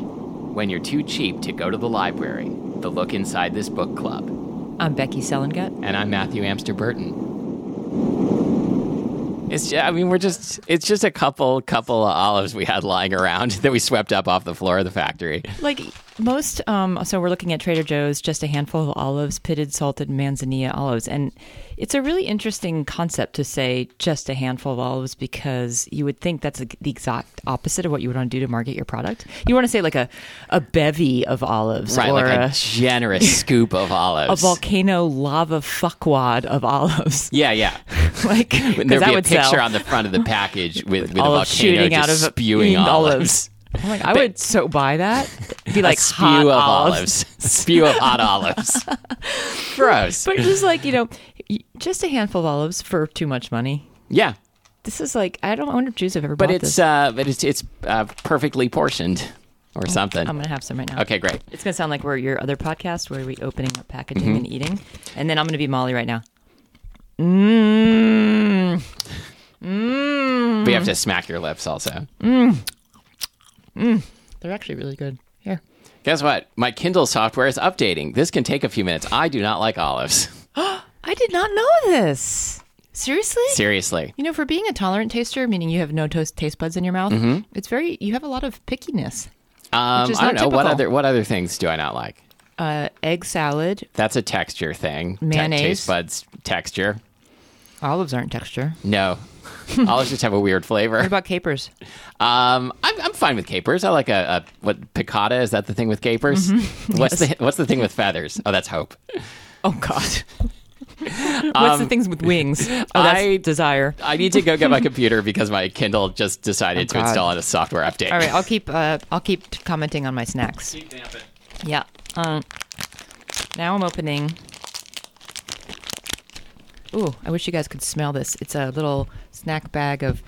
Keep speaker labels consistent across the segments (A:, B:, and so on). A: when you're too cheap to go to the library. The look inside this book club.
B: I'm Becky Selengut.
A: And I'm Matthew Amster Burton. It's ju- I mean we're just it's just a couple couple of olives we had lying around that we swept up off the floor of the factory.
B: Like most, um, so we're looking at Trader Joe's, just a handful of olives, pitted, salted manzanilla olives. And it's a really interesting concept to say just a handful of olives because you would think that's the exact opposite of what you would want to do to market your product. You want to say like a, a bevy of olives
A: Right,
B: or
A: like a
B: a,
A: generous scoop of olives.
B: a volcano lava fuckwad of olives.
A: Yeah, yeah.
B: like,
A: There'd be
B: 'cause that
A: a
B: would
A: picture
B: sell.
A: on the front of the package with, with a volcano
B: olives shooting
A: just
B: out of
A: spewing
B: mm,
A: olives.
B: I'm like, I would so buy that. It'd Be like
A: spew
B: hot
A: of
B: olives.
A: olives. spew of hot olives. Gross.
B: But just like you know, y- just a handful of olives for too much money.
A: yeah.
B: This is like I don't. I wonder if Jews have ever.
A: But
B: bought
A: it's
B: this.
A: uh but it's it's uh, perfectly portioned
B: Mm,
A: or something.
B: I'm gonna have some right now.
A: okay, great.
B: It's gonna sound like we're your other podcast where we opening up packaging and eating, and then I'm gonna be Molly right now. Mmm. Mmm.
A: But you have to smack your lips also.
B: They're actually really good. Here.
A: Guess what? My Kindle software is updating. This can take a few minutes. I do not like olives.
B: I did not know this. Seriously?
A: Seriously.
B: you know, for being a tolerant taster, meaning you have no toast taste buds in your mouth, it's very you have a lot of pickiness.
A: Um,
B: Which is
A: I don't know
B: not
A: what
B: typical.
A: other what other things do I not like?
B: Uh, egg salad.
A: That's a texture thing. Te-
B: Mayonnaise.
A: taste buds texture.
B: Olives aren't texture.
A: No. olives just have a weird
B: What
A: flavor.
B: about capers?
A: Um, I'm, I'm fine with capers. I like a, a what piccata is that the thing with capers?
B: Mm-hmm.
A: What's the what's the thing with feathers? Oh, that's hope.
B: Oh God. Um, What's the things with wings? Oh, that's
A: I-
B: desire.
A: I need to go get my computer because my Kindle just decided to
B: Oh, God.
A: install a software update.
B: All right, I'll keep. Uh, I'll keep t- commenting on my snacks. Yeah. Um, now I'm opening. Ooh, I wish you guys could smell this. It's a little snack bag of.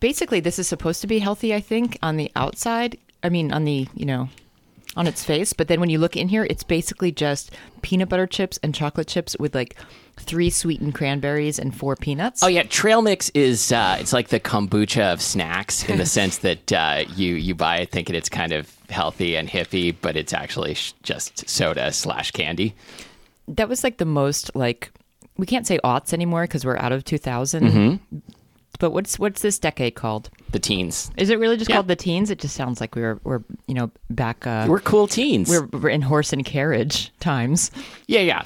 B: Basically, this is supposed to be healthy. I think on the outside. I mean, on the you know, on its face. But then when you look in here, it's basically just peanut butter chips and chocolate chips with like three sweetened cranberries and four peanuts.
A: Oh yeah, trail mix is uh, it's like the kombucha of snacks in the sense that uh, you you buy it thinking it's kind of healthy and hippie, but it's actually sh- just soda slash candy.
B: that was like the most like we can't say aughts anymore because we're out of 2000
A: Mm-hmm.
B: but what's what's this decade called
A: The teens,
B: is it really just
A: Yeah.
B: called the teens it just sounds like we were we're you know back uh
A: we're cool teens.
B: we're, we're in horse and carriage times
A: yeah, yeah.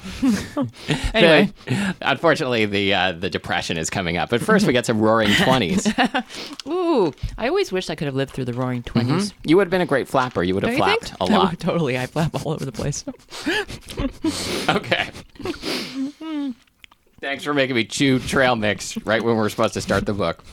B: anyway
A: The- unfortunately, the uh, the depression is coming up. But first, we got some roaring twenties.
B: ooh i always wish i could have lived through the roaring 20s
A: you would have been a great flapper. You would have
B: Don't you think?
A: Mm-hmm. flapped a
B: I would
A: lot.
B: totally i flap all over the place
A: Okay. Thanks for making me chew trail mix right when we're supposed to start the book.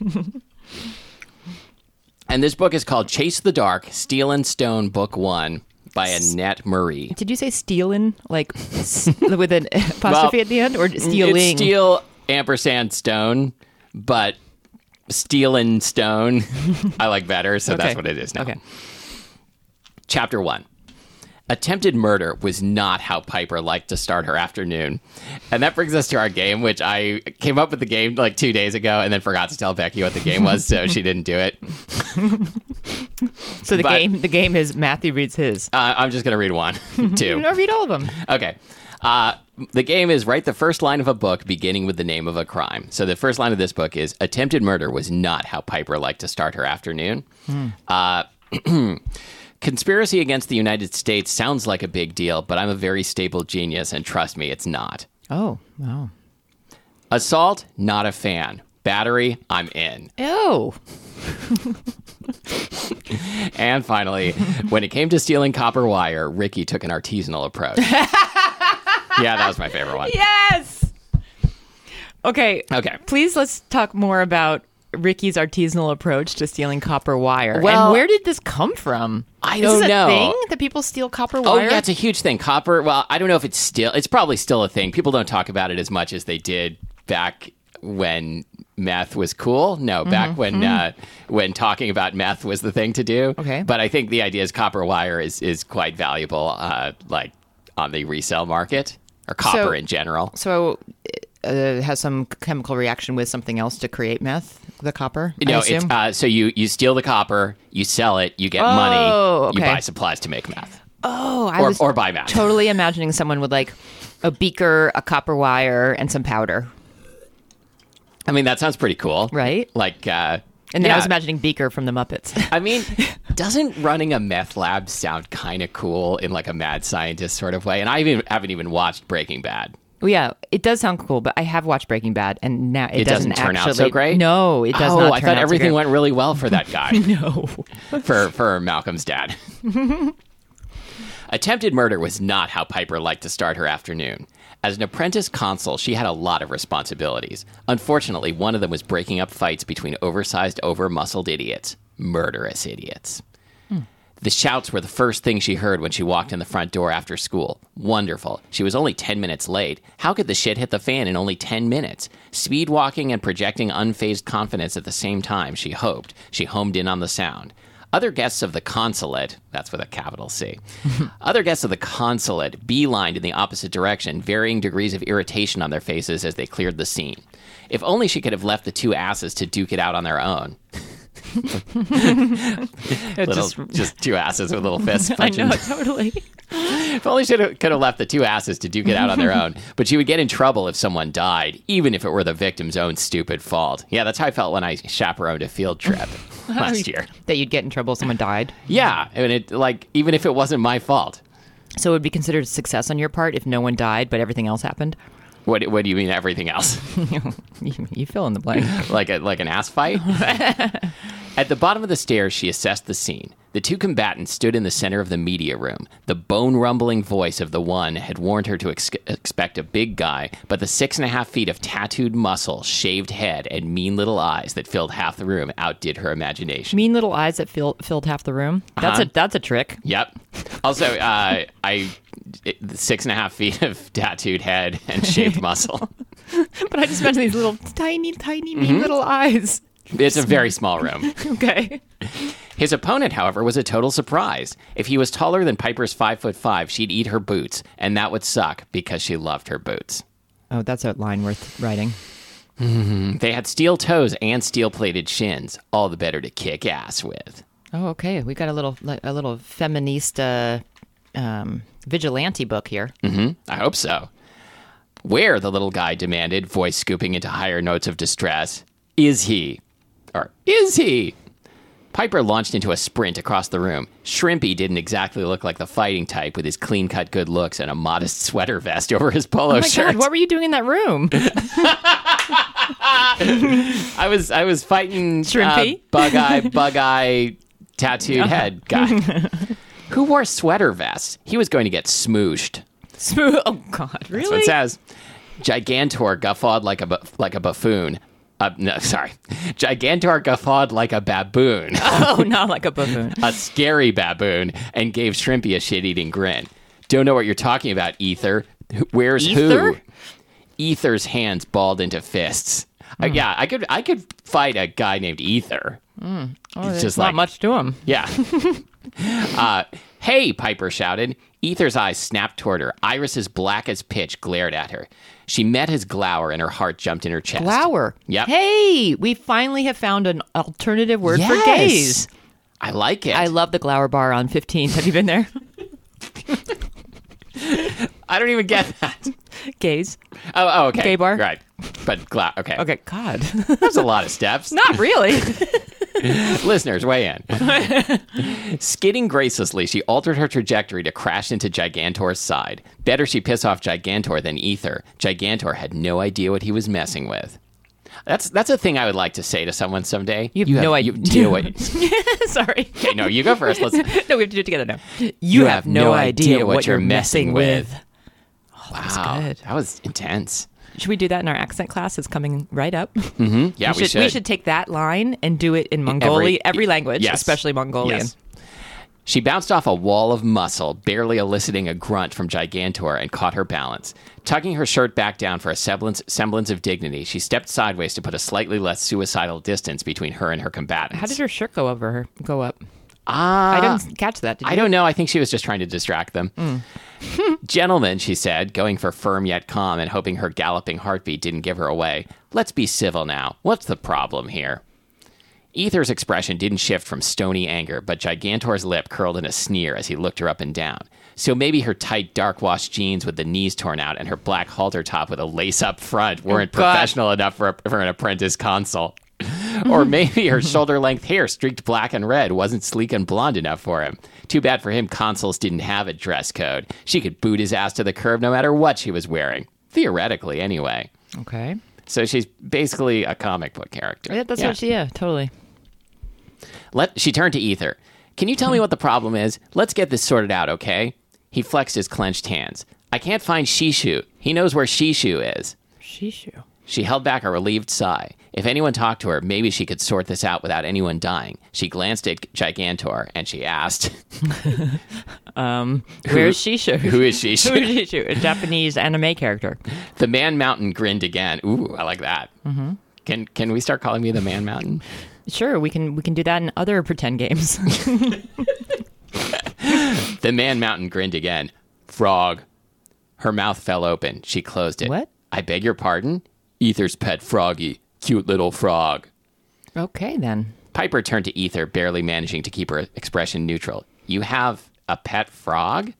A: and this book is called Chase the Dark Steel and Stone Book One by Annette Marie.
B: did you say stealing like s- with an apostrophe at the end or stealing
A: It's steel ampersand stone, but steel and stone I like better, so that's
B: Okay.
A: what it is now.
B: okay
A: Chapter 1 Attempted murder was not how Piper liked to start her afternoon. And that brings us to our game, which I came up with the game like two days ago and then forgot to tell Becky what the game was, so she didn't do it.
B: so the
A: But-
B: game the game is matthew reads his
A: Uh, I'm just going to read one, two.
B: no read all of them
A: Okay. Uh, the game is write the first line of a book beginning with the name of a crime. So the first line of this book is Attempted murder was not how Piper liked to start her afternoon. Uh, Conspiracy against the United States sounds like a big deal, but I'm a very stable genius, and trust me, it's not.
B: oh wow
A: Assault, not a fan. Battery, I'm in.
B: Oh,
A: And finally, when it came to stealing copper wire, Ricky took an artisanal approach. yeah, that was my favorite one.
B: yes. Okay.
A: Okay.
B: Please let's talk more about Ricky's artisanal approach to stealing copper wire.
A: Well-
B: and where did this come from?
A: I
B: Is
A: don't
B: this a
A: know.
B: thing that people steal copper
A: Oh,
B: wire?
A: yeah, it's a huge thing. Copper. Well, I don't know if it's still. It's probably still a thing. People don't talk about it as much as they did back when meth was cool. No,
B: Mm-hmm.
A: back when Uh, when talking about meth was the thing to do.
B: Okay.
A: but I think the idea is copper wire is is quite valuable, uh, like on the resale market or copper in general.
B: so uh, it has some chemical reaction with something else to create meth. the copper? I
A: No, it's
B: assume?
A: uh, so you you steal the copper, you sell it, you get
B: Oh,
A: money, you
B: okay.
A: buy supplies to make meth.
B: oh, I
A: or-
B: was
A: or by math.
B: Totally imagining someone with like a beaker, a copper wire, and some powder,
A: I mean, that sounds pretty cool,
B: Right.
A: Like, uh,
B: and then I
A: yeah.
B: was imagining Beaker from the Muppets.
A: I mean, doesn't running a meth lab sound kind of cool in like a mad scientist sort of way? And I even haven't even watched Breaking Bad.
B: Well, yeah, it does sound cool, but I have watched Breaking Bad, and now it,
A: It doesn't, turn
B: actually,
A: out so great.
B: No, it does
A: oh,
B: not.
A: I
B: turn out
A: thought
B: so
A: everything
B: great.
A: went really well for that guy.
B: No.
A: for for Malcolm's dad. Attempted murder was not how Piper liked to start her afternoon. As an apprentice consul, she had a lot of responsibilities. Unfortunately, one of them was breaking up fights between oversized, over-muscled idiots, murderous idiots. The shouts were the first thing she heard when she walked in the front door after school. Wonderful. She was only 10 minutes late. How could the shit hit the fan in only 10 minutes? Speed walking and projecting unfazed confidence at the same time, she hoped. She homed in on the sound. Other guests of the consulate, that's with a capital C, other guests of the consulate beelined in the opposite direction, varying degrees of irritation on their faces as they cleared the scene. If only she could have left the two asses to duke it out on their own little, just, two asses with little fists.
B: I
A: punching.
B: know totally.
A: If only she could have left the two asses to duke it out on their own. But she would get in trouble if someone died, even if it were the victim's own stupid fault. Yeah, that's how I felt when I chaperoned a field trip last year.
B: that you'd get in trouble if someone died.
A: Yeah, I mean, it like even if it wasn't my fault.
B: So it would be considered a success on your part if no one died, but everything else happened.
A: What what do you mean everything else?
B: you, you fill in the blank.
A: like a, like an ass fight. At the bottom of the stairs, she assessed the scene. The two combatants stood in the center of the media room. The bone rumbling voice of the one had warned her to ex- expect a big guy, but the six and a half feet of tattooed muscle, shaved head, and mean little eyes that filled half the room outdid her imagination.
B: mean little eyes that fill, filled half the room. That's
A: Uh-huh.
B: a that's a trick.
A: Yep. Also, uh, I it, six and a half feet of tattooed head and shaved muscle.
B: But I just imagine these little tiny, tiny
A: Mm-hmm.
B: mean little eyes.
A: It's a very small room.
B: Okay.
A: His opponent, however, was a total surprise. If he was taller than Piper's five foot five, she'd eat her boots, and that would suck because she loved her boots.
B: Oh, that's a line worth writing.
A: They had steel toes and steel plated shins, all the better to kick ass with.
B: Oh, okay. We got a little like, a little feminista um, vigilante book here.
A: I hope so. Where, the little guy demanded, voice scooping into higher notes of distress, is he? Or is he? Piper launched into a sprint across the room. Shrimpy didn't exactly look like the fighting type with his clean cut good looks and a modest sweater vest over his polo
B: Oh my
A: shirt.
B: god, what were you doing in that room?
A: I was I was fighting uh,
B: Shrimpy?
A: bug eye, bug eye, tattooed head guy who wore sweater vests. He was going to get smooshed.
B: Smooth. Oh god,
A: That's
B: really?
A: what it says. Gigantor guffawed like a bu- like a buffoon. Uh, no, sorry. Gigantor guffawed like a baboon,
B: Oh, not like a buffoon.
A: a scary baboon, and gave Shrimpy a shit-eating grin. Don't know what you're talking about, Ether. Who- Where's who?
B: Ether?
A: Ether's hands balled into fists. Uh,
B: Hmm.
A: yeah, I could I could fight a guy named Ether.
B: Oh,
A: It's
B: there's
A: just
B: not
A: like-
B: much to him.
A: Yeah. uh, hey, Piper shouted. Ether's eyes snapped toward her. Iris's black as pitch glared at her. She met his glower and her heart jumped in her chest.
B: Flower.
A: Yep.
B: Hey, we finally have found an alternative word
A: Yes.
B: for gays.
A: I like it.
B: I
A: I,
B: love the Glower Bar on 15th. Have you been there?
A: don't even get that.
B: gays.
A: Oh, oh, okay.
B: Gay bar?
A: Right. But gla- okay. Okay.
B: Okay, God.
A: There's a lot of steps.
B: Not really.
A: Listeners, weigh in. Skidding gracelessly, she altered her trajectory to crash into Gigantor's side. Better she piss off Gigantor than Ether. Gigantor had no idea what he was messing with. That's that's a thing I would like to say to someone someday.
B: You have no idea.
A: You, what, okay,
B: Sorry.
A: no, you go first. Let's, you,
B: No, we have to do it together now. You, have, no idea, what, you're messing with.
A: Wow,
B: good.
A: that was intense.
B: Should we do that in our accent class? It's coming right up.
A: Yeah, we,
B: we, should, we should take that line and do it in Mongolian, every, language,
A: e, yes.
B: especially Mongolian.
A: Yes. She bounced off a wall of muscle, barely eliciting a grunt from Gigantor, and caught her balance. Tucking her shirt back down for a semblance, semblance of dignity, she stepped sideways to put a slightly less suicidal distance between her and her combatants.
B: How did her shirt go over her? Go up.
A: Ah,
B: Uh, I didn't Mm. catch that. Did you?
A: I don't know. I think she was just trying to distract them. Gentlemen, she said, going for firm yet calm and hoping her galloping heartbeat didn't give her away. Let's be civil now. What's the problem here? Ether's expression didn't shift from stony anger, but Gigantor's lip curled in a sneer as he looked her up and down. So maybe her tight, dark washed jeans with the knees torn out and her black halter top with a lace up front weren't
B: Oh, God.
A: professional enough for, a, for an apprentice consul. or maybe her shoulder length hair, streaked black and red, wasn't sleek and blonde enough for him. Too bad for him, consuls didn't have a dress code. She could boot his ass to the curb no matter what she was wearing. Theoretically, anyway.
B: Okay.
A: So she's basically a comic book character.
B: Yeah, that's
A: Yeah.
B: what she, yeah, totally.
A: Let she turned to Ether. Can you tell me what the problem is? Let's get this sorted out, okay? He flexed his clenched hands. I can't find Shishu. He knows where Shishu is.
B: Shishu.
A: She held back a relieved sigh. If anyone talked to her, maybe she could sort this out without anyone dying. She glanced at Gigantor and she asked,
B: Where's Shishu?
A: "Who is Shishu?"
B: Who's Shishu? A Japanese anime character.
A: The Man Mountain grinned again. Ooh, I like that. Mm-hmm. Can can we start calling me the Man Mountain?
B: Sure, we can we can do that in other pretend games.
A: The Man Mountain grinned again. Frog. Her mouth fell open. She closed it.
B: What?
A: I beg your pardon? Ether's pet froggy. Cute little frog.
B: okay, then.
A: Piper turned to Ether, barely managing to keep her expression neutral. You have a pet frog?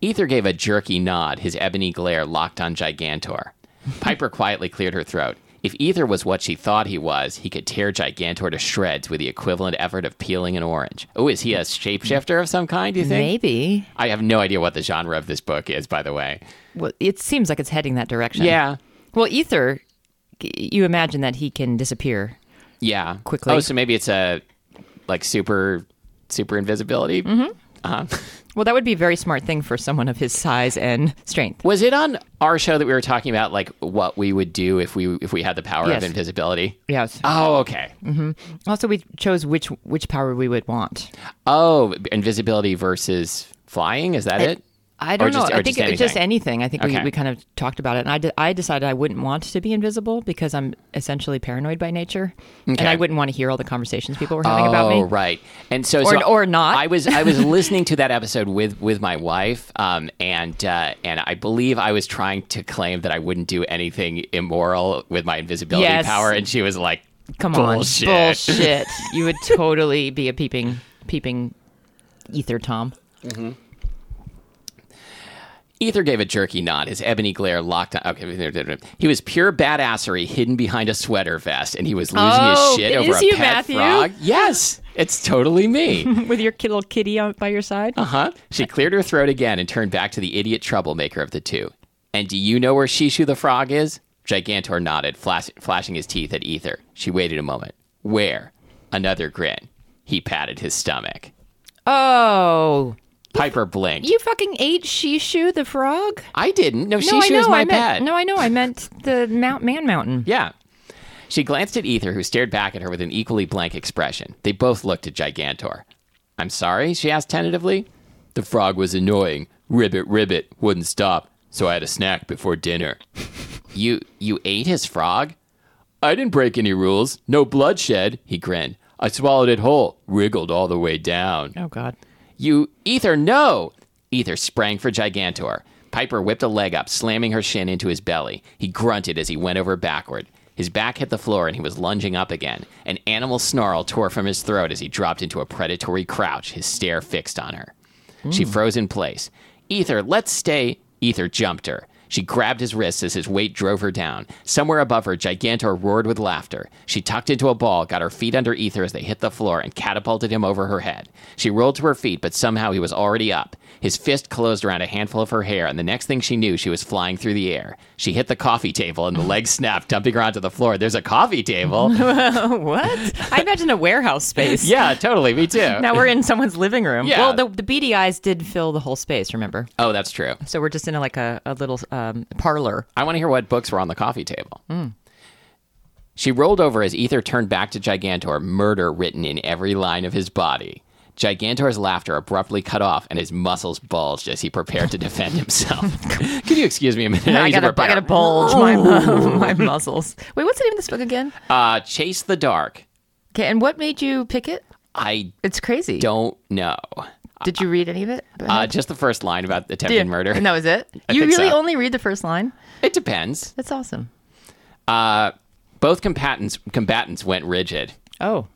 A: Ether gave a jerky nod, his ebony glare locked on Gigantor. Piper quietly cleared her throat. If Ether was what she thought he was, he could tear Gigantor to shreds with the equivalent effort of peeling an orange. Oh, is he a shapeshifter of some kind, you think?
B: Maybe.
A: I have no idea what the genre of this book is, by the way.
B: Well, it seems like it's heading that direction.
A: Yeah.
B: Well, Ether, c- you imagine that he can disappear.
A: Yeah.
B: Quickly.
A: Oh, so maybe it's a like super super invisibility. Mm-hmm.
B: Well, that would be a very smart thing for someone of his size and strength.
A: Was it on our show that we were talking about like what we would do if we if we had the power
B: Yes. Mm-hmm.
A: of invisibility?
B: Yes.
A: Oh, okay.
B: Also, we chose which which power we would want.
A: Oh, invisibility versus flying, is that it?
B: I don't
A: Or just-
B: know.
A: or
B: I think
A: just
B: it was just anything. I think
A: Okay.
B: we, we kind of talked about it, and I, de- I decided I wouldn't want to be invisible because I'm essentially paranoid by nature, and I wouldn't want to hear all the conversations people were having about
A: Oh,
B: me.
A: right. And so,
B: Or-
A: so
B: or not.
A: I was I was listening to that episode with with my wife, um, and uh, and I believe I was trying to claim that I wouldn't do anything immoral with my invisibility
B: Yes.
A: power, and she was like,
B: Come
A: Bullshit.
B: on, bullshit! you would totally be a peeping peeping ether tom.
A: Ether gave a jerky nod, his ebony glare locked on. Okay, he was pure badassery hidden behind a sweater vest, and he was losing
B: Oh,
A: his shit
B: it
A: over
B: is
A: a
B: you,
A: pet
B: Matthew?
A: frog. Yes, it's totally me.
B: with your little kitty out by your side.
A: uh huh. She cleared her throat again and turned back to the idiot troublemaker of the two. And do you know where Shishu the frog is? Gigantor nodded, flash- flashing his teeth at Ether. She waited a moment. Where? Another grin. He patted his stomach.
B: Oh,
A: Piper blinked.
B: you fucking ate Shishu the frog?
A: I didn't. No,
B: no, I
A: Shishu
B: know.
A: is my
B: I meant
A: pet.
B: no, I know. I meant the Mount Man Mountain.
A: Yeah. She glanced at Ether, who stared back at her with an equally blank expression. They both looked at Gigantor. I'm sorry? she asked tentatively. The frog was annoying. Ribbit, ribbit, wouldn't stop, so I had a snack before dinner. you you ate his frog? I didn't break any rules. No bloodshed, he grinned. I swallowed it whole, wriggled all the way down.
B: Oh God.
A: You, Ether, no! Ether sprang for Gigantor. Piper whipped a leg up, slamming her shin into his belly. He grunted as he went over backward. His back hit the floor and he was lunging up again. An animal snarl tore from his throat as he dropped into a predatory crouch, his stare fixed on her. She froze in place. Ether, let's stay. Ether jumped her. She grabbed his wrists as his weight drove her down. Somewhere above her, Gigantor roared with laughter. She tucked into a ball, got her feet under Ether as they hit the floor, and catapulted him over her head. She rolled to her feet, but somehow he was already up. His fist closed around a handful of her hair, and the next thing she knew, she was flying through the air. She hit the coffee table, and the legs snapped, dumping her onto the floor. There's a coffee table?
B: What? I imagine a warehouse space.
A: yeah, totally, me too.
B: Now we're in someone's living room.
A: Uh, Yeah.
B: Well, the, the beady eyes did fill the whole space, remember?
A: Oh, that's true.
B: So we're just in a, like a, a little um, parlor.
A: I want to hear what books were on the coffee table.
B: Hmm.
A: She rolled over as Ether turned back to Gigantor, murder written in every line of his body. Gigantor's laughter abruptly cut off, and his muscles bulged as he prepared to defend himself. Could you excuse me a minute?
B: I
A: need to
B: got to I
A: prepare.
B: gotta bulge my, mu- my muscles. Wait, what's the name of this book again?
A: Uh, Chase the Dark.
B: Okay, and what made you pick it?
A: I
B: It's crazy.
A: don't know.
B: Did you read any of it?
A: Uh, just the first line about attempted
B: Yeah.
A: murder.
B: And that was it? you
A: think
B: really
A: so.
B: only read the first line?
A: It depends.
B: That's awesome.
A: Both combatants combatants went rigid.
B: Oh,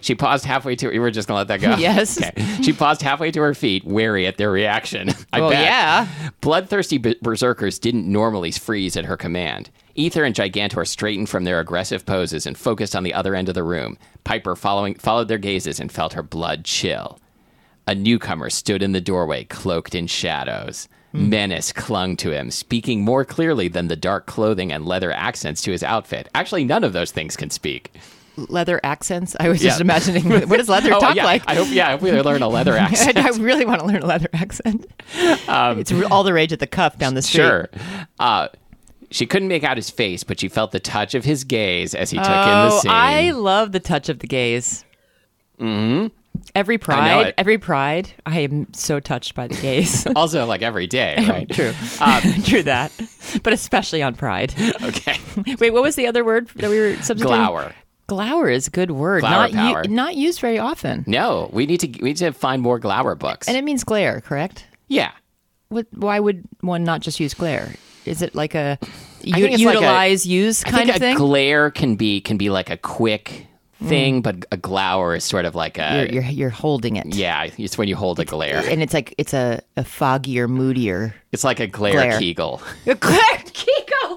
A: She paused halfway to. You were just gonna let that go.
B: Yes.
A: Okay. She paused halfway to her feet, wary at their reaction. I
B: well,
A: bet.
B: yeah.
A: Bloodthirsty b- berserkers didn't normally freeze at her command. Ether and Gigantor straightened from their aggressive poses and focused on the other end of the room. Piper following, followed their gazes and felt her blood chill. A newcomer stood in the doorway, cloaked in shadows.
B: Hmm.
A: Menace clung to him, speaking more clearly than the dark clothing and leather accents to his outfit. Actually, none of those things can speak.
B: Leather accents. I was just
A: Yeah.
B: imagining what does leather
A: Oh,
B: talk
A: yeah.
B: like?
A: I hope, yeah, I hope we learn a leather accent.
B: I really want to learn a leather accent. it's re- all the rage at the cuff down the street.
A: Sure. Uh, she couldn't make out his face, but she felt the touch of his gaze as he took in the
B: Oh,
A: scene.
B: I love the touch of the gaze. Mm-hmm. Every
A: know
B: pride,
A: it.
B: every pride. I am so touched by the gaze.
A: Also, like every day, right?
B: True. True that. But especially on pride.
A: Okay.
B: Wait, what was the other word that we were substituting?
A: Glower.
B: Glower is a good word.
A: Glower
B: not
A: power.
B: not used very often.
A: No, we need to we need to find more Glower books.
B: And it means glare, correct?
A: yeah.
B: What, why would one not just use glare? Is it like a u-
A: think it's like a-
B: utilize, use
A: I
B: kind
A: think
B: of
A: a
B: thing? Mm.
A: glare can be can be like a quick thing, but a glower is sort of like a
B: you're, you're, you're holding it.
A: yeah. It's when you hold a glare.
B: And it's like it's a, a foggier, moodier.
A: It's like a glare,
B: Glare. Oh
A: Kegel.
B: Glare, Kegel!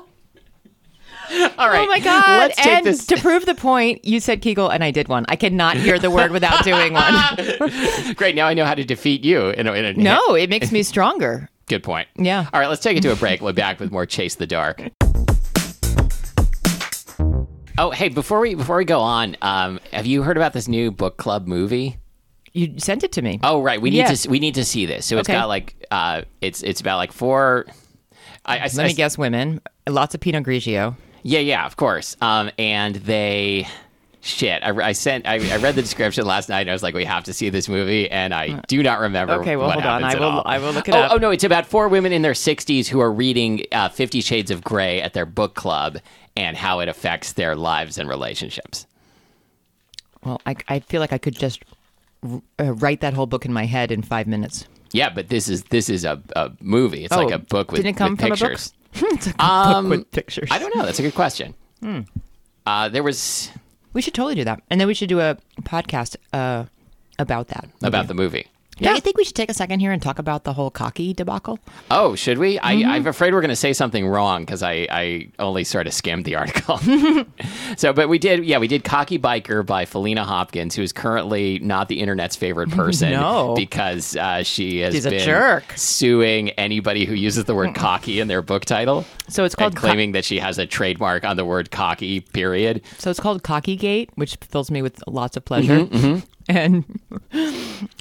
A: All right.
B: Oh my God.
A: Let's take
B: and
A: this.
B: to prove the point, you said Kegel, and I did one. I cannot hear the word without doing one.
A: Great. Now I know how to defeat you. In a, in a,
B: No, it makes me stronger.
A: Good point.
B: Yeah.
A: All right, let's take it to a break. We'll be back with more Chase the Dark. Oh, hey, before we before we go on, um, have you heard about this new book club movie?
B: You sent it to me.
A: Oh, right. We need
B: Yeah.
A: to we need to see this. So it's
B: Okay.
A: got like uh, it's it's about like four. I, I,
B: Let
A: I-
B: me guess women. Lots of Pinot Grigio.
A: Yeah, yeah, of course. Um, and they. Shit, I, I sent. I, I read the description last night, and I was like, "We have to see this movie," and I do not remember.
B: Okay, well,
A: what
B: hold on.
A: happens
B: I
A: at
B: will-
A: all.
B: I will look it
A: oh,
B: up.
A: Oh no, it's about four women in their sixties who are reading uh, Fifty Shades of Grey at their book club, and how it affects their lives and relationships.
B: Well, I, I feel like I could just uh, write that whole book in my head in five minutes.
A: Yeah, but this is this is a, a movie. It's like
B: Oh,
A: a book with,
B: didn't it come
A: with
B: from a book?
A: pictures.
B: it's a
A: Um,
B: book with Hmm. pictures.
A: I don't know. That's a good question. Uh, there was
B: we should totally do that, and then we should do a podcast uh, about that.
A: about the movie.
B: yeah, I think we should take a second here and talk about the whole cocky debacle.
A: Oh, should we?
B: Mm-hmm.
A: I, I'm afraid we're going to say something wrong because I, I only sort of skimmed the article. so, but we did, yeah, we did Cocky Biker by Felina Hopkins, who is currently not the internet's favorite person.
B: No.
A: Because uh, she has
B: She's a
A: been
B: jerk.
A: suing anybody who uses the word cocky in their book title.
B: So it's called
A: and
B: co-
A: claiming that she has a trademark on the word cocky, period.
B: So it's called Cocky Gate, which fills me with lots of pleasure,
A: Mm-hmm,
B: and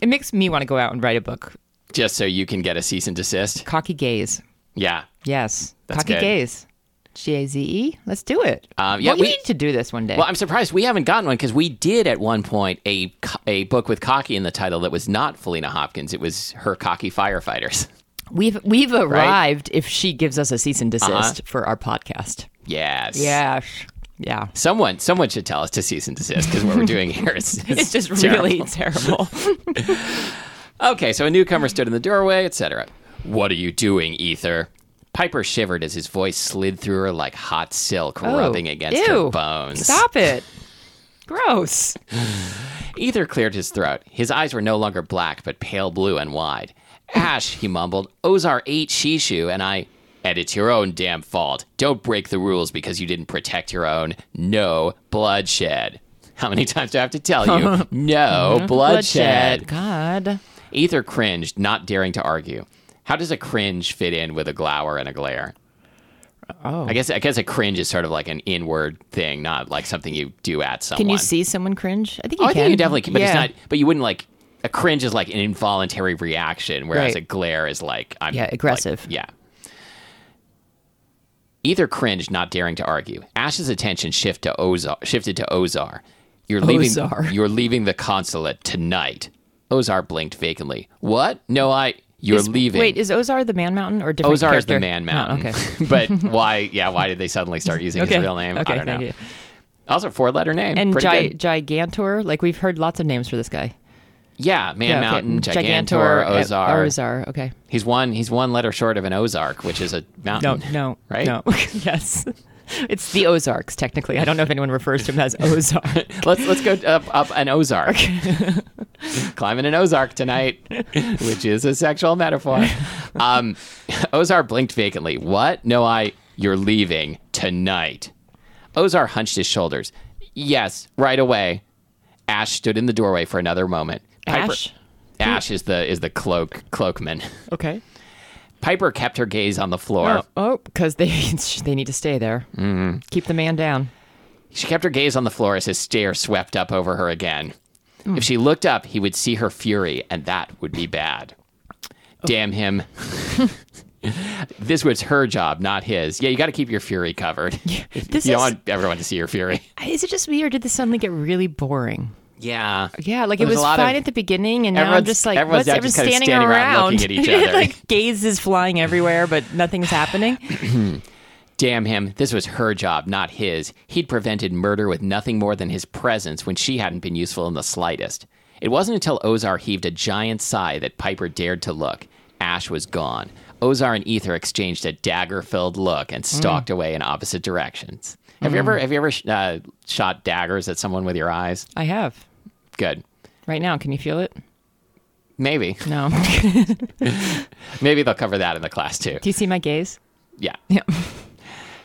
B: it makes me want to go out and write a book.
A: Just so you can get a cease and desist.
B: Cocky gaze,
A: Yeah.
B: yes,
A: That's
B: cocky
A: good.
B: gaze, G A Z E. Let's do it.
A: Um, yeah,
B: well, you
A: we-
B: need to do this one day.
A: Well, I'm surprised we haven't gotten one because we did at one point a co- a book with cocky in the title that was not Felina Hopkins. It was her cocky firefighters.
B: We've we've arrived if she gives us a cease and desist for our podcast.
A: Uh-huh. Yes.
B: Yes. Yeah.
A: Someone someone should tell us to cease and desist because what we're doing here is, is
B: It's just
A: terrible.
B: really terrible.
A: okay. So a newcomer stood in the doorway, etc. What are you doing, Ether? Piper shivered as his voice slid through her like hot silk, rubbing against her
B: Oh, Ew.
A: bones.
B: Stop it. Gross.
A: Ether cleared his throat. His eyes were no longer black, but pale blue and wide. Ash, he mumbled, Ozar ate Shishu, and I. And it's your own damn fault. Don't break the rules because you didn't protect your own. No bloodshed. How many times do I have to tell you? No bloodshed.
B: God.
A: Ether cringed, not daring to argue. How does a cringe fit in with a glower and a glare?
B: Oh.
A: I guess I guess a cringe is sort of like an inward thing, not like something you do at someone.
B: Can you see someone cringe? I think you
A: Oh, I
B: can.
A: think you definitely can, but
B: yeah.
A: it's not. But you wouldn't like a cringe is like an involuntary reaction, whereas
B: Right.
A: a glare is like I'm
B: Yeah,
A: like-
B: aggressive.
A: yeah. Either cringed, not daring to argue. Ash's attention shift to Ozar, shifted to Ozar. You're leaving.
B: Ozar.
A: You're leaving the consulate tonight. Ozar blinked vacantly. What? No, I. You're
B: Is-
A: leaving.
B: Wait, is Ozar the man mountain or different?
A: Ozar is the
B: character?
A: man
B: Oh,
A: mountain.
B: okay.
A: but why? Yeah, why did they suddenly start using
B: Okay.
A: his real name?
B: Okay,
A: I don't know.
B: thank you.
A: Also, four letter name.
B: And
A: Pretty
B: Gi-
A: good.
B: Gigantor, like we've heard lots of names for this guy.
A: Yeah, Man
B: okay. Mm,
A: Mountain, Gigantor,
B: uh,
A: Ozar.
B: Ozar, okay.
A: He's one. He's one letter short of an Ozark, which is a
B: No,
A: mountain.
B: no,
A: Right?
B: No, yes. It's the Ozarks, technically. I don't know if anyone refers to them as Ozark.
A: let's let's go up, up an Ozark. Climbing an Ozark tonight, which is a sexual metaphor. Um, Ozar blinked vacantly. What? No, I. You're leaving tonight. Ozar hunched his shoulders. Yes, right away. Ash stood in the doorway for another moment.
B: Ash?
A: Ash is the is the cloak cloakman.
B: Okay.
A: Piper kept her gaze on the floor.
B: Oh, oh, because they they need to stay there. Mm-hmm. Keep the man down.
A: She kept her gaze on the floor as his stare swept up over her again. If she looked up, he would see her fury, and that would be bad. Damn him. this was her job, not his. Yeah, you got to keep your fury covered.
B: this
A: you don't
B: is-
A: want everyone to see your fury.
B: Is it just me, or did this suddenly get really boring?
A: Yeah.
B: Yeah, like it
A: There's a
B: was
A: lot
B: fine
A: of-
B: at the beginning, and now I'm
A: everyone's-
B: just like,
A: everyone's
B: what's
A: now
B: everyone
A: just kinda
B: standing,
A: standing
B: around,
A: around looking at each other.
B: like gaze is flying everywhere, but nothing's happening.
A: Damn him. This was her job, not his. He'd prevented murder with nothing more than his presence when she hadn't been useful in the slightest. It wasn't until Ozar heaved a giant sigh that Piper dared to look. Ash was gone. Ozar and Ether exchanged a dagger-filled look and stalked away in opposite directions. Have you ever have you ever sh- uh, shot daggers at someone with your eyes?
B: I have
A: Good.
B: right now. Can you feel it?
A: Maybe.
B: No.
A: Maybe they'll cover that in the class too.
B: Do you see my gaze?
A: Yeah.
B: Yeah.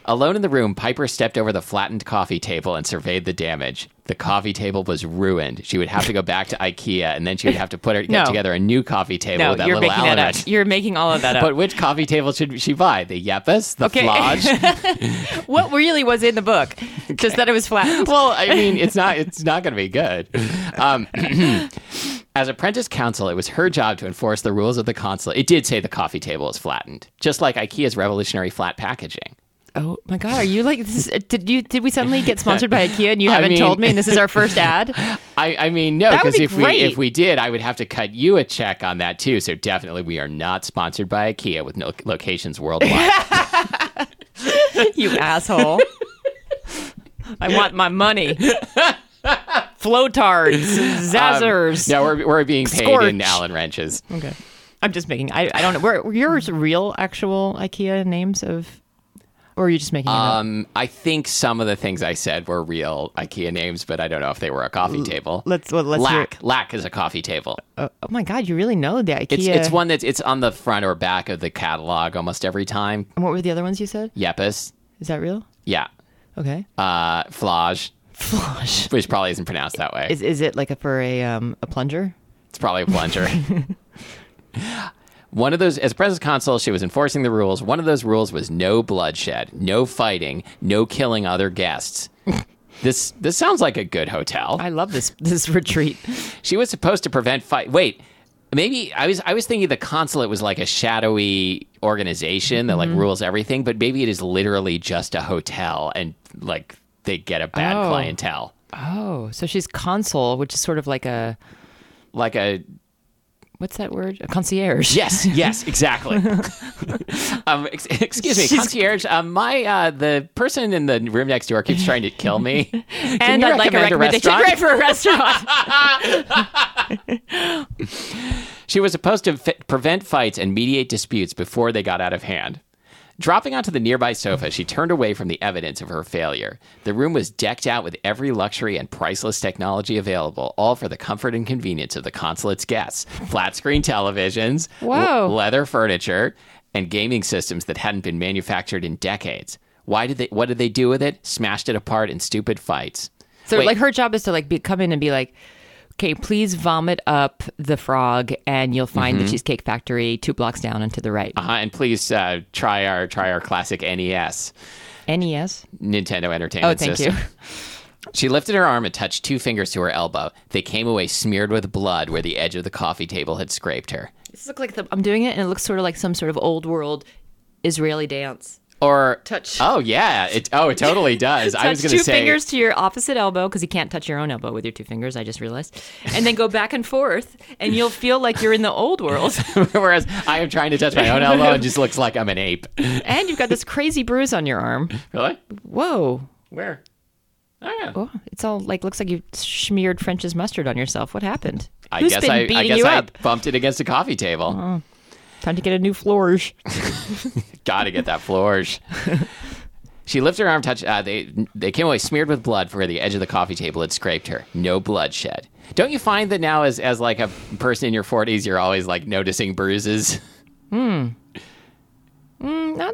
A: Alone in the room, Piper stepped over the flattened coffee table and surveyed the damage. The coffee table was ruined. She would have to go back to IKEA, and then she would have to put her,
B: No.
A: get together a new coffee table
B: No,
A: with that
B: you're
A: little
B: making
A: Allen
B: that up.
A: wrench.
B: You're making all of that up.
A: But which coffee table should she buy? The Yepes, the
B: Okay.
A: Flage.
B: what really was in the book? Just that it was flat.
A: well, I mean, it's not it's not going to be good. Um, as apprentice counsel, it was her job to enforce the rules of the consulate. It did say the coffee table is flattened, just like IKEA's revolutionary flat packaging.
B: Oh my god, are you like this? is- uh, Did you did we suddenly get sponsored by IKEA and you
A: I
B: haven't
A: mean-
B: told me? And this is our first ad.
A: I, I mean, no,
B: That would
A: because
B: be
A: if we
B: great.
A: if we did, I would have to cut you a check on that too. So definitely, we are not sponsored by IKEA with no locations worldwide. Um,
B: You asshole. I want my money. Flotards,
A: Um,
B: zazzers.
A: no, we're, we're being paid in
B: Scorch.
A: Allen wrenches.
B: Okay. I'm just making. I, I don't know. Were, were yours real, actual IKEA names of, or are you just making it up?
A: Um, I think some of the things I said were real IKEA names, but I don't know if they were a coffee table.
B: let's- well, let's hear
A: lack lack is a coffee table.
B: Oh, oh my god, you really know the IKEA.
A: It's it's one that's it's on the front or back of the catalog almost every time.
B: And what were the other ones you said?
A: Yepis,
B: Is that real?
A: yeah,
B: Okay.
A: uh, flage,
B: Flush.
A: which probably isn't pronounced that way.
B: Is is it like a, for a um a plunger?
A: It's probably a plunger. One of those, as President Consul, she was enforcing the rules. One of those rules was no bloodshed, no fighting, no killing other guests. this this sounds like a good hotel.
B: I love this this retreat.
A: She was supposed to prevent fight. Wait, maybe I was I was thinking the consulate was like a shadowy organization that like
B: Mm-hmm.
A: rules everything, but maybe it is literally just a hotel and like they get a bad
B: Oh.
A: clientele,
B: Oh, so she's consul, which is sort of like a
A: like a
B: what's that word? A concierge.
A: Yes, yes, exactly. um, ex- excuse me, concierge. Um, my uh, the person in the room next door keeps trying to kill me. Can
B: and
A: you
B: I'd like a
A: recommend
B: recommendation
A: restaurant?
B: right for a restaurant.
A: She was supposed to fi- prevent fights and mediate disputes before they got out of hand. Dropping onto the nearby sofa, she turned away from the evidence of her failure. The room was decked out with every luxury and priceless technology available, all for the comfort and convenience of the consulate's guests. Flat screen televisions,
B: Whoa.
A: leather furniture, and gaming systems that hadn't been manufactured in decades. Why did they what did they do with it? Smashed it apart in stupid fights.
B: so
A: Wait.
B: like her job is to like be, come in and be like, okay, please vomit up the frog, and you'll find
A: Mm-hmm.
B: the Cheesecake Factory two blocks down and to the right.
A: Uh, and please uh, try our try our classic E NES.
B: NES.
A: Nintendo Entertainment
B: E Oh, thank you.
A: System. She lifted her arm and touched two fingers to her elbow. They came away smeared with blood where the edge of the coffee table had scraped her.
B: This looks like the, I'm doing it, and it looks sort of like some sort of old world Israeli dance.
A: Or
B: Touch.
A: Oh yeah, it oh it totally does. I was
B: touch
A: going
B: two
A: to say
B: fingers to your opposite elbow because you can't touch your own elbow with your two fingers. I just realized, and then go back and forth, and you'll feel like you're in the old world.
A: whereas I am trying to touch my own elbow and just looks like I'm an ape.
B: and you've got this crazy bruise on your arm.
A: Really?
B: Whoa!
A: Where? Oh yeah.
B: Oh, it's all like looks like you smeared French's mustard on yourself. What happened?
A: I
B: Who's
A: guess
B: been
A: I, I
B: beating
A: guess
B: you
A: I
B: up?
A: bumped it against a coffee table.
B: Time to get a new flourish.
A: Gotta get that flourish. She lifted her arm, touched. Uh, they they came away smeared with blood from where the edge of the coffee table had scraped her. No bloodshed. Don't you find that now, as as like a person in your forties, you're always like noticing bruises?
B: Not, s- Mm, not.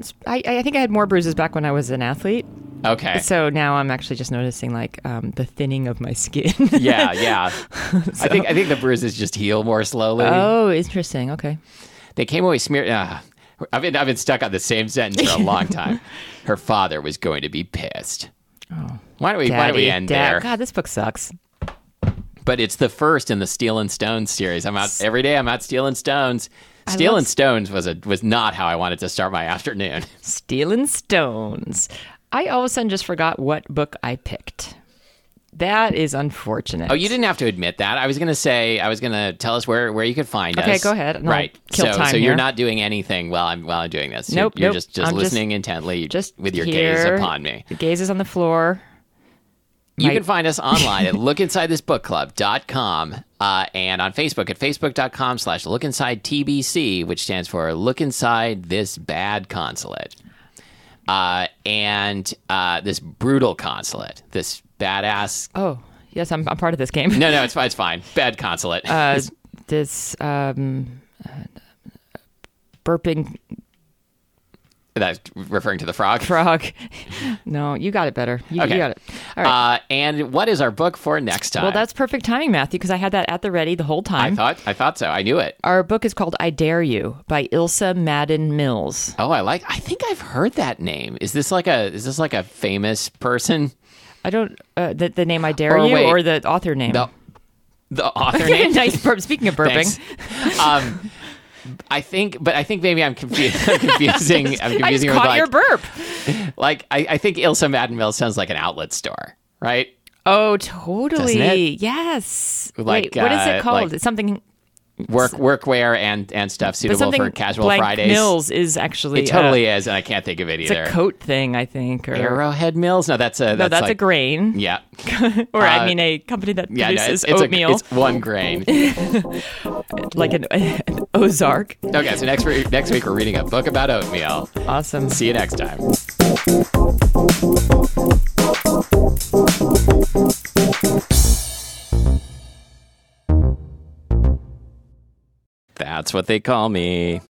B: s- I, I think I had more bruises back when I was an athlete.
A: Okay.
B: So now I'm actually just noticing like um, the thinning of my skin.
A: yeah, yeah. I think I think the bruises just heal more slowly.
B: oh, interesting. Okay.
A: They came away smeared. Uh, I've been I've been stuck on the same sentence for a long time. Her father was going to be pissed. why don't we Why don't we
B: Oh. Daddy,
A: end
B: dad-
A: there?
B: God, this book sucks.
A: But it's the first in the Steel and Stones series. I'm out every day. I'm out stealing stones. Steel
B: love-
A: and Stones was a was not how I wanted to start my afternoon.
B: Stealing stones. I all of a sudden just forgot what book I picked. That is unfortunate.
A: Oh, you didn't have to admit that. I was gonna say I was gonna tell us where, where you could find us.
B: Okay, go ahead. No,
A: right.
B: kill
A: so
B: time
A: so you're
B: here.
A: not doing anything while I'm while I'm doing this.
B: Nope,
A: You're, you're
B: nope.
A: just just
B: I'm just-
A: listening intently,
B: just
A: with your
B: here.
A: gaze upon me.
B: The gaze is on the floor.
A: You
B: Right.
A: can find us online at lookinsidethisbookclub.com uh, and on Facebook at facebook.com slash lookinsidetbc, which stands for Look Inside This Bad Consulate. Uh, and uh, this brutal consulate, this badass.
B: Oh, yes, I'm, I'm part of this game.
A: No, no, it's fine. It's fine. Bad consulate.
B: Uh, this um, uh, burping
A: That's referring to the frog.
B: frog. no, you got it better. You, you
A: Okay.
B: got it. All right.
A: uh, and what is our book for next time?
B: well, that's perfect timing, Matthew, because I had that at the ready the whole
A: I
B: time.
A: thought I thought so. I knew it.
B: Our book is called I Dare You by Ilsa Madden Mills.
A: Oh, I like. I think I've heard that name. Is this like a is this like a famous person?
B: I don't uh, the, the name I dare
A: Or
B: you
A: wait.
B: or the author name.
A: The the author name.
B: nice burp. Speaking of burping,
A: Thanks. Um, I think, but I think maybe I'm, confu- I'm confusing. I'm
B: I just
A: confusing with
B: caught
A: like,
B: your burp.
A: like I, I think Ilsa Madden Mills sounds like an outlet store, right?
B: Oh,
A: Doesn't
B: totally.
A: it?
B: Yes.
A: Like,
B: Wait, what is
A: uh, like
B: it called? it's something,
A: Work workwear and and stuff
B: but
A: suitable
B: something
A: for casual
B: blank
A: Fridays.
B: Mills is actually
A: It
B: uh,
A: totally is, and I can't think of it
B: it's
A: either.
B: a coat thing, I think. Or,
A: Arrowhead Mills? No, that's a that's,
B: no, that's a
A: like,
B: grain.
A: yeah
B: Or
A: uh,
B: I mean, a company that
A: yeah. No,
B: produces
A: it's it's,
B: oatmeal,
A: A, it's one grain.
B: like an, an Ozark.
A: Okay, so next week next week we're reading a book about oatmeal.
B: Awesome.
A: See you next time. That's what they call me.